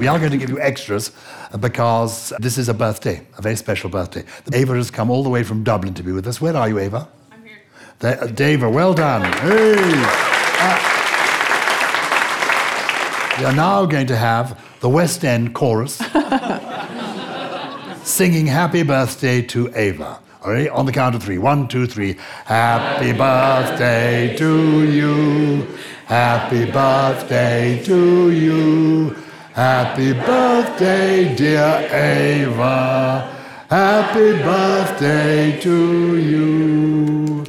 [SPEAKER 2] We are going to give you extras because this is a birthday, a very special birthday. Ava has come all the way from Dublin to be with us. Where are you, Ava? I'm here. There, uh, Dava, well done. Hey. Uh, we are now going to have the West End chorus singing Happy Birthday to Ava. All right, on the count of three. One, two, three. Happy birthday to you. Happy birthday to you. Happy birthday, dear Ava. Happy birthday to you.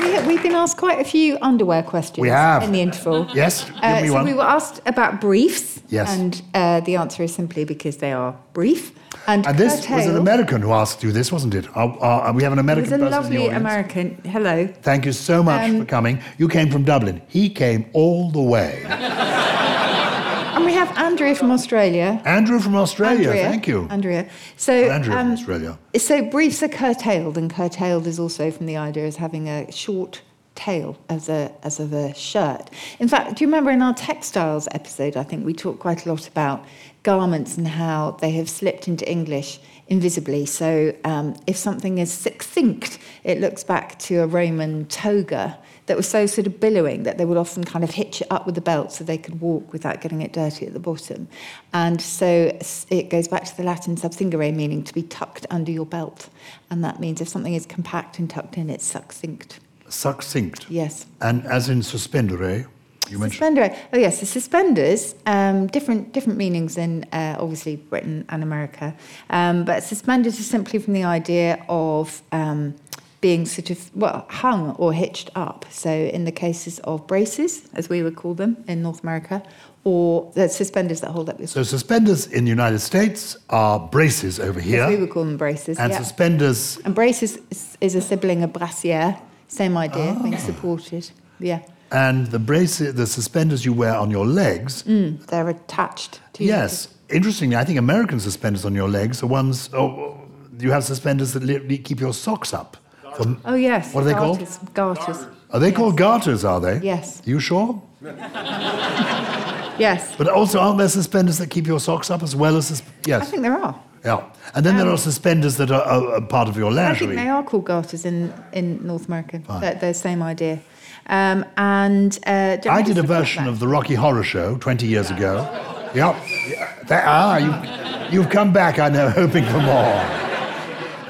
[SPEAKER 3] We, we've been asked quite a few underwear questions
[SPEAKER 2] We have.
[SPEAKER 3] in the interval.
[SPEAKER 2] Yes, give
[SPEAKER 3] Uh,
[SPEAKER 2] me
[SPEAKER 3] so
[SPEAKER 2] one.
[SPEAKER 3] we were asked about briefs,
[SPEAKER 2] Yes.
[SPEAKER 3] and uh, the answer is simply because they are brief. And,
[SPEAKER 2] and this
[SPEAKER 3] Kurt
[SPEAKER 2] was an
[SPEAKER 3] Hale
[SPEAKER 2] American who asked you this, wasn't it? Uh, uh, we have an
[SPEAKER 3] was
[SPEAKER 2] American
[SPEAKER 3] a
[SPEAKER 2] person in the
[SPEAKER 3] lovely
[SPEAKER 2] audience.
[SPEAKER 3] American. Hello.
[SPEAKER 2] Thank you so much
[SPEAKER 3] Um,
[SPEAKER 2] for coming. You came from Dublin. He came all the way.
[SPEAKER 3] And we have Andrea from Australia.
[SPEAKER 2] Andrew from Australia.
[SPEAKER 3] Andrea,
[SPEAKER 2] Thank you.
[SPEAKER 3] Andrea. So,
[SPEAKER 2] Andrew from
[SPEAKER 3] um,
[SPEAKER 2] Australia.
[SPEAKER 3] so briefs are curtailed, and curtailed is also from the idea as having a short tail as a as of a shirt. In fact, do you remember in our textiles episode? I think we talked quite a lot about garments and how they have slipped into English invisibly. So um, if something is succinct, it looks back to a Roman toga that was so sort of billowing that they would often kind of hitch it up with the belt so they could walk without getting it dirty at the bottom. And so s- it goes back to the Latin subsingere, meaning to be tucked under your belt. And that means if something is compact and tucked in, it's succinct.
[SPEAKER 2] Succinct.
[SPEAKER 3] Yes.
[SPEAKER 2] And as in suspendere, you mentioned.
[SPEAKER 3] Suspender. Oh yes, the suspenders. Um, different different meanings in uh, obviously Britain and America, um, but suspenders is simply from the idea of um, being sort of well hung or hitched up. So in the cases of braces, as we would call them in North America, or the suspenders that hold up your
[SPEAKER 2] So suspenders in the United States are braces over here.
[SPEAKER 3] as we would call them braces.
[SPEAKER 2] and
[SPEAKER 3] yeah.
[SPEAKER 2] suspenders,
[SPEAKER 3] and braces is, is a sibling of brassiere. Same
[SPEAKER 2] Oh.
[SPEAKER 3] idea, being supported. Yeah,
[SPEAKER 2] and the braces, the suspenders you wear on your legs.
[SPEAKER 3] Mm. they're attached to your
[SPEAKER 2] yes. Interestingly, I think American suspenders on your legs are ones. Oh, you have suspenders that li- li- keep your socks up. For-
[SPEAKER 3] Oh yes.
[SPEAKER 2] What are they called?
[SPEAKER 3] garters, Garters.
[SPEAKER 2] Are they called garters? Are they?
[SPEAKER 3] Yes.
[SPEAKER 2] You sure?
[SPEAKER 3] Yes.
[SPEAKER 2] But also, aren't there suspenders that keep your socks up as well as? Sus- yes.
[SPEAKER 3] I think there are.
[SPEAKER 2] Yeah, and then there are suspenders that are, are, are part of your
[SPEAKER 3] Um, I think
[SPEAKER 2] lingerie.
[SPEAKER 3] they are called garters in, in North America. They're, they're same idea. Um, and uh, don't
[SPEAKER 2] I
[SPEAKER 3] we
[SPEAKER 2] did a
[SPEAKER 3] just look at
[SPEAKER 2] version
[SPEAKER 3] that?
[SPEAKER 2] of the Rocky Horror Show 20 years ago. Yep. There, ah, you, you've come back, I know, hoping for more.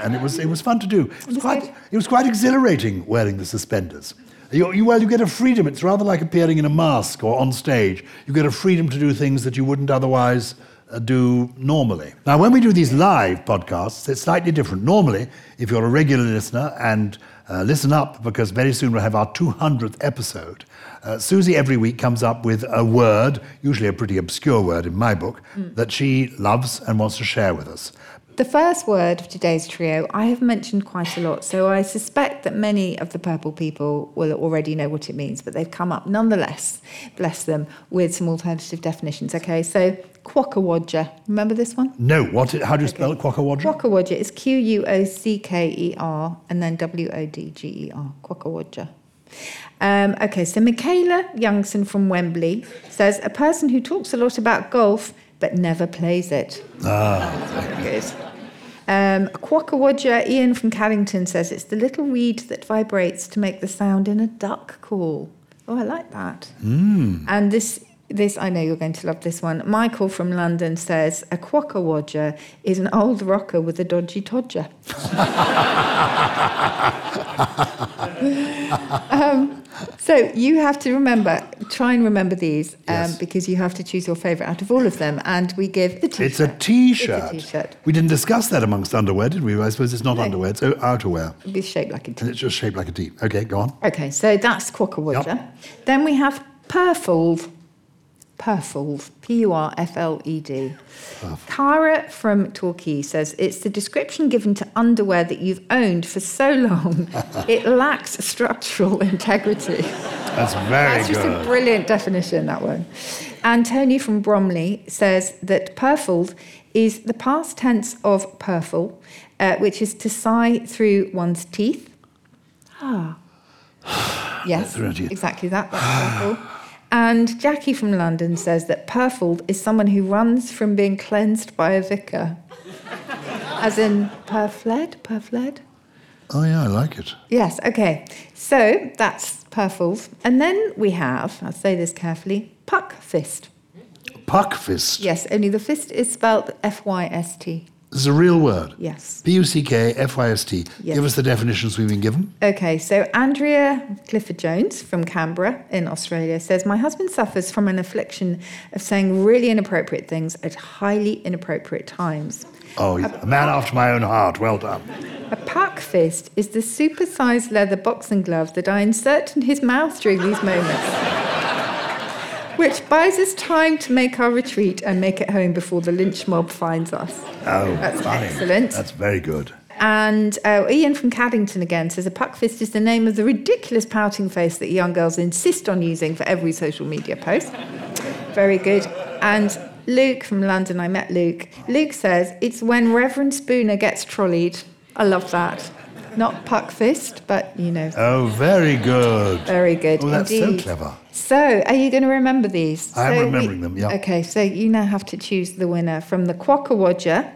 [SPEAKER 2] And it was, it was fun to do. It was,
[SPEAKER 3] was
[SPEAKER 2] quite,
[SPEAKER 3] good.
[SPEAKER 2] it was quite exhilarating wearing the suspenders. You, you, well, you get a freedom. It's rather like appearing in a mask or on stage. You get a freedom to do things that you wouldn't otherwise uh, do normally. Now, when we do these live podcasts, it's slightly different. Normally, if you're a regular listener and uh, listen up, because very soon we'll have our 200th episode. Uh, Susie every week comes up with a word, usually a pretty obscure word in my book, that she loves and wants to share with us.
[SPEAKER 3] The first word of today's trio I have mentioned quite a lot, so I suspect that many of the purple people will already know what it means, but they've come up nonetheless, bless them, with some alternative definitions. Okay, so quokkawadja. Remember this one?
[SPEAKER 2] No, what? How do you spell it? Quackawadra?
[SPEAKER 3] Quokkawadja is Q U O C K E R and then W O D G E R. Quokkawadja. Um, okay, so Michaela Youngson from Wembley says a person who talks a lot about golf but never plays it. Ah, good. Um, Quokkawadja Ian from Callington says it's the little reed that vibrates to make the sound in a duck call. Oh, I like that. And this, this I know you're going to love this one. Michael from London says a quokka wodger is an old rocker with a dodgy todger. um, so you have to remember, try and remember these, um,
[SPEAKER 2] Yes.
[SPEAKER 3] because you have to choose your favourite out of all of them. And we give the t-shirt.
[SPEAKER 2] It's a T-shirt.
[SPEAKER 3] t-shirt.
[SPEAKER 2] We didn't discuss that amongst underwear, did we? I suppose it's not underwear; it's o- outerwear,
[SPEAKER 3] It'd be shaped like a T.
[SPEAKER 2] and it's just shaped like a T. Okay, go on.
[SPEAKER 3] Okay, so that's quokkawadja. Then we have purfled. Purfled. P U R F L E D. Kara from Torquay says it's the description given to underwear that you've owned for so long, it lacks structural integrity.
[SPEAKER 2] That's very
[SPEAKER 3] That's just
[SPEAKER 2] good.
[SPEAKER 3] a brilliant definition, that one. And Tony from Bromley says that purfled is the past tense of purfle, uh, which is to sigh through one's teeth. Ah. yes,
[SPEAKER 2] Through your teeth.
[SPEAKER 3] exactly that. That's purfle. And Jackie from London says that purfled is someone who runs from being cleansed by a vicar. As in perfled, perfled.
[SPEAKER 2] Oh, yeah, I like it.
[SPEAKER 3] Yes, okay. So that's purfled. And then we have, I'll say this carefully, puck fist.
[SPEAKER 2] Puck fist.
[SPEAKER 3] Yes, only the fist is spelt F Y S T.
[SPEAKER 2] This is a real word.
[SPEAKER 3] Yes.
[SPEAKER 2] P U C K F Y S T.
[SPEAKER 3] Yes.
[SPEAKER 2] Give us the definitions we've been given.
[SPEAKER 3] Okay, so Andrea Clifford Jones from Canberra in Australia says, My husband suffers from an affliction of saying really inappropriate things at highly inappropriate times.
[SPEAKER 2] Oh, he's a man after my own heart. Well done.
[SPEAKER 3] A pack fist is the supersized leather boxing glove that I insert in his mouth during these moments, which buys us time to make our retreat and make it home before the lynch mob finds us.
[SPEAKER 2] Oh,
[SPEAKER 3] That's
[SPEAKER 2] funny.
[SPEAKER 3] excellent.
[SPEAKER 2] That's very good.
[SPEAKER 3] And uh, Ian from Caddington again says a puck fist is the name of the ridiculous pouting face that young girls insist on using for every social media post. Very good. And Luke from London, I met Luke. Luke says it's when Reverend Spooner gets trolleyed. I love that. Not puck fist, but you know,
[SPEAKER 2] Oh, very good.
[SPEAKER 3] very good.
[SPEAKER 2] Oh, that's so
[SPEAKER 3] indeed.
[SPEAKER 2] clever.
[SPEAKER 3] So, are you going to remember these?
[SPEAKER 2] I am
[SPEAKER 3] So we-
[SPEAKER 2] remembering them, yeah.
[SPEAKER 3] Okay, so you now have to choose the winner from the Quackawodger.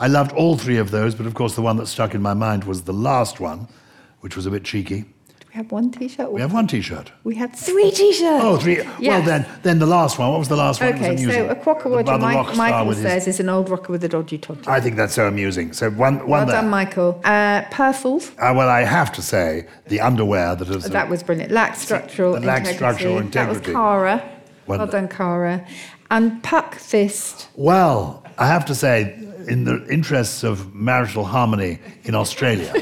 [SPEAKER 2] I loved all three of those, but of course, the one that stuck in my mind was the last one, which was a bit cheeky.
[SPEAKER 3] Do we have one T-shirt?
[SPEAKER 2] We have one t shirt.
[SPEAKER 3] We had three T-shirts.
[SPEAKER 2] Oh, three. Well,
[SPEAKER 3] Yes.
[SPEAKER 2] then, then the last one. What was the last one? It was
[SPEAKER 3] Okay, so
[SPEAKER 2] amusing.
[SPEAKER 3] a quokka
[SPEAKER 2] The-
[SPEAKER 3] watcher,
[SPEAKER 2] about the rock
[SPEAKER 3] Mike,
[SPEAKER 2] star
[SPEAKER 3] Michael
[SPEAKER 2] with his-
[SPEAKER 3] says, is an old rocker with a dodgy todgy.
[SPEAKER 2] I think that's so amusing. So one, one
[SPEAKER 3] well
[SPEAKER 2] there.
[SPEAKER 3] done, Michael. Uh, Purfled,
[SPEAKER 2] Uh, well, I have to say, the underwear that is.
[SPEAKER 3] that was brilliant. Lack structural
[SPEAKER 2] The lack
[SPEAKER 3] integrity.
[SPEAKER 2] structural
[SPEAKER 3] That
[SPEAKER 2] integrity.
[SPEAKER 3] was Cara. Well,
[SPEAKER 2] Wonder-
[SPEAKER 3] done, Cara. And Puck Fist.
[SPEAKER 2] Well, I have to say, in the interests of marital harmony in Australia,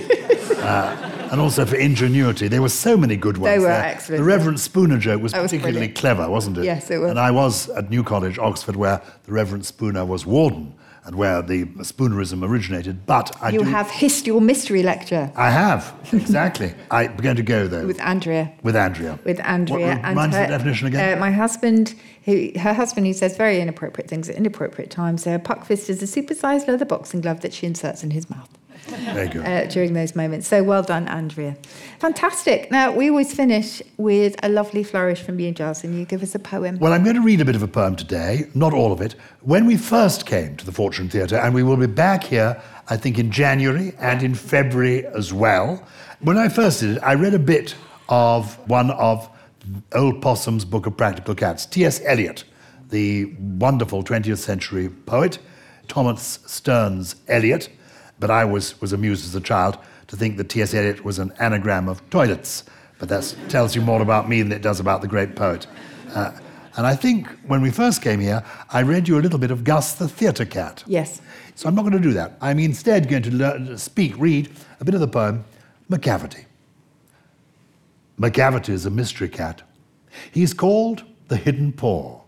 [SPEAKER 2] uh, and also for ingenuity, there were so many good ones.
[SPEAKER 3] were
[SPEAKER 2] there.
[SPEAKER 3] excellent,
[SPEAKER 2] The Reverend Spooner joke was,
[SPEAKER 3] That was
[SPEAKER 2] particularly
[SPEAKER 3] brilliant.
[SPEAKER 2] clever, wasn't it?
[SPEAKER 3] Yes, it was.
[SPEAKER 2] And I was at New College, Oxford, where the Reverend Spooner was warden and where the Spoonerism originated. But I
[SPEAKER 3] you
[SPEAKER 2] do.
[SPEAKER 3] have hissed your mystery lecture
[SPEAKER 2] I have, exactly. I'm going to go, though,
[SPEAKER 3] with Andrea.
[SPEAKER 2] with Andrea.
[SPEAKER 3] With Andrea
[SPEAKER 2] What,
[SPEAKER 3] and
[SPEAKER 2] reminds
[SPEAKER 3] her,
[SPEAKER 2] the definition again?
[SPEAKER 3] Uh, my husband, who her husband, who says very inappropriate things at inappropriate times. Uh, puck fist is a supersized leather boxing glove that she inserts in his mouth.
[SPEAKER 2] there you go.
[SPEAKER 3] uh, during those moments. So well done, Andrea. Fantastic. Now, we always finish with a lovely flourish from you, Giles, and you give us a poem.
[SPEAKER 2] Well, I'm going to read a bit of a poem today, not all of it. When we first came to the Fortune Theatre, and we will be back here, I think, in January and in February as well. When I first did it, I read a bit of one of Old Possum's Book of Practical Cats, T.S. Eliot, the wonderful 20th century poet, Thomas Stearns Eliot. But I was, was amused as a child to think that T.S. Eliot was an anagram of toilets. But that tells you more about me than it does about the great poet. Uh, and I think when we first came here, I read you a little bit of Gus the Theatre Cat.
[SPEAKER 3] Yes.
[SPEAKER 2] So I'm not going to do that. I'm instead going to learn, speak, read a bit of the poem McCavity. McCavity is a mystery cat. He's called the Hidden Paw,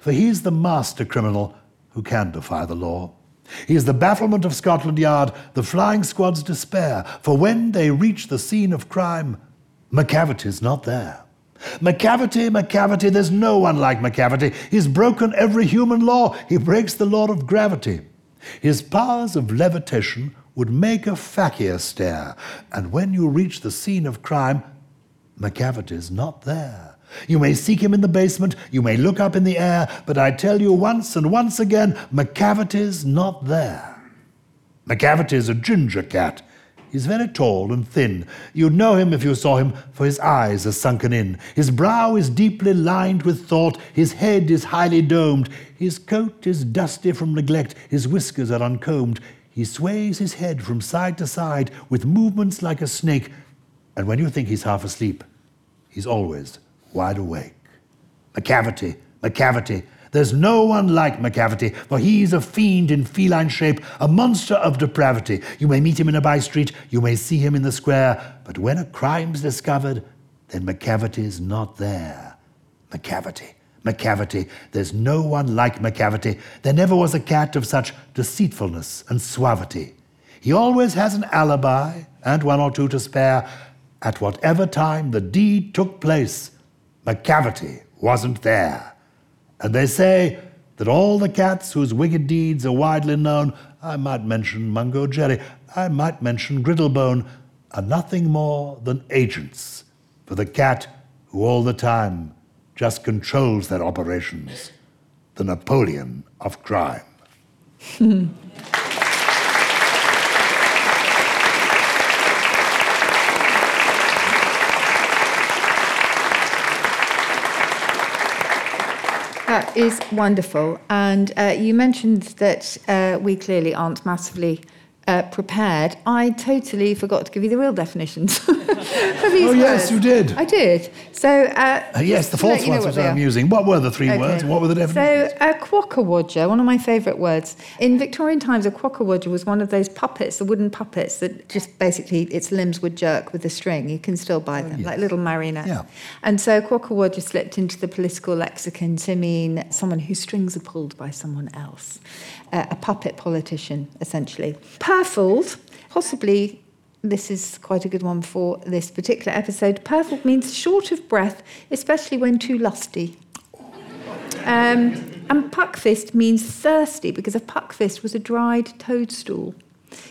[SPEAKER 2] for he's the master criminal who can defy the law. He's the bafflement of Scotland Yard, the flying squad's despair, for when they reach the scene of crime, McCavity's not there. McCavity, McCavity, there's no one like McCavity. He's broken every human law. He breaks the law of gravity. His powers of levitation would make a fakir stare. And when you reach the scene of crime, McCavity's not there. You may seek him in the basement, you may look up in the air, but I tell you once and once again, McCavity's not there. McCavity's a ginger cat. He's very tall and thin. You'd know him if you saw him, for his eyes are sunken in. His brow is deeply lined with thought. His head is highly domed. His coat is dusty from neglect. His whiskers are uncombed. He sways his head from side to side with movements like a snake. And when you think he's half asleep, he's always wide awake. McCavity, McCavity. There's no one like McCavity, for he's a fiend in feline shape, a monster of depravity. You may meet him in a by street, you may see him in the square, but when a crime's discovered, then McCavity's not there. McCavity, McCavity. There's no one like McCavity. There never was a cat of such deceitfulness and suavity. He always has an alibi and one or two to spare. At whatever time the deed took place, McCavity wasn't there. And they say that all the cats whose wicked deeds are widely known, I might mention Mungo Jerry, I might mention Griddlebone, are nothing more than agents for the cat who all the time just controls their operations, the Napoleon of crime.
[SPEAKER 3] That is wonderful. And uh, you mentioned that uh, we clearly aren't massively uh, prepared. I totally forgot to give you the real definitions. oh,
[SPEAKER 2] Oh, yes, you did.
[SPEAKER 3] I did. So, uh,
[SPEAKER 2] Uh, yes, the
[SPEAKER 3] just to let
[SPEAKER 2] fourth
[SPEAKER 3] you know
[SPEAKER 2] one
[SPEAKER 3] what
[SPEAKER 2] was
[SPEAKER 3] they
[SPEAKER 2] what
[SPEAKER 3] are.
[SPEAKER 2] I'm using. What were the three words?
[SPEAKER 3] Okay.
[SPEAKER 2] What were the definitions?
[SPEAKER 3] So, a quackerwadger, one of my favourite words. In Victorian times, a quackerwadger was one of those puppets, the wooden puppets that just basically its limbs would jerk with a string. You can still buy them, like little marionettes.
[SPEAKER 2] Oh, Yeah.
[SPEAKER 3] And so, quackerwadger slipped into the political lexicon to mean someone whose strings are pulled by someone else, uh, a puppet politician, essentially. Purfled, possibly. This is quite a good one for this particular episode. Purfled means short of breath, especially when too lusty. Um, and puckfist means thirsty because a puckfist was a dried toadstool.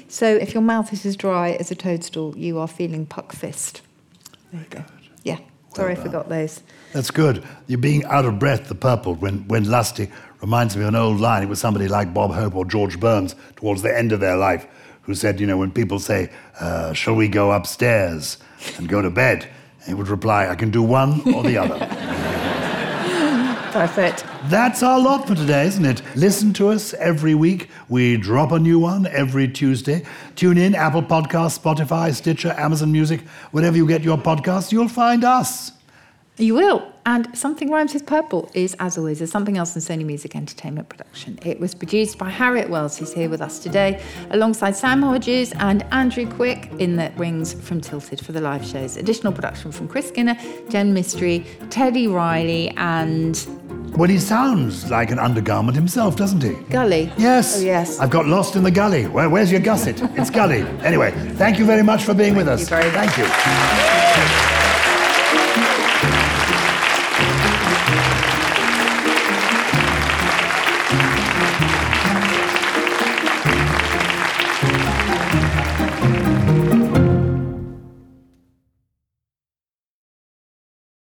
[SPEAKER 3] So if your mouth is as dry as a toadstool, you are feeling puckfist. There you go. Yeah. Sorry, I forgot those.
[SPEAKER 2] That's good. You're being out of breath, the purple, when, when lusty reminds me of an old line. It was somebody like Bob Hope or George Burns towards the end of their life who said, you know, when people say, uh, shall we go upstairs and go to bed? He would reply, I can do one or the other.
[SPEAKER 3] Perfect.
[SPEAKER 2] That's our lot for today, isn't it? Listen to us every week. We drop a new one every Tuesday. Tune in, Apple Podcasts, Spotify, Stitcher, Amazon Music, wherever you get your podcasts, you'll find us.
[SPEAKER 3] You will. And Something Rhymes with Purple is, as always, a Something Else and Sony Music Entertainment production. It was produced by Harriet Wells, who's here with us today, alongside Sam Hodges and Andrew Quick in the Rings from Tilted for the live shows. Additional production from Chris Skinner, Jen Mystery, Teddy Riley, and
[SPEAKER 2] Well, he sounds like an undergarment himself, doesn't he?
[SPEAKER 3] Gully.
[SPEAKER 2] Yes.
[SPEAKER 3] Oh, yes.
[SPEAKER 2] I've got lost in the gully. Where, where's your gusset? It's gully. Anyway, thank you very much for being with us.
[SPEAKER 3] you very much.
[SPEAKER 2] Thank you.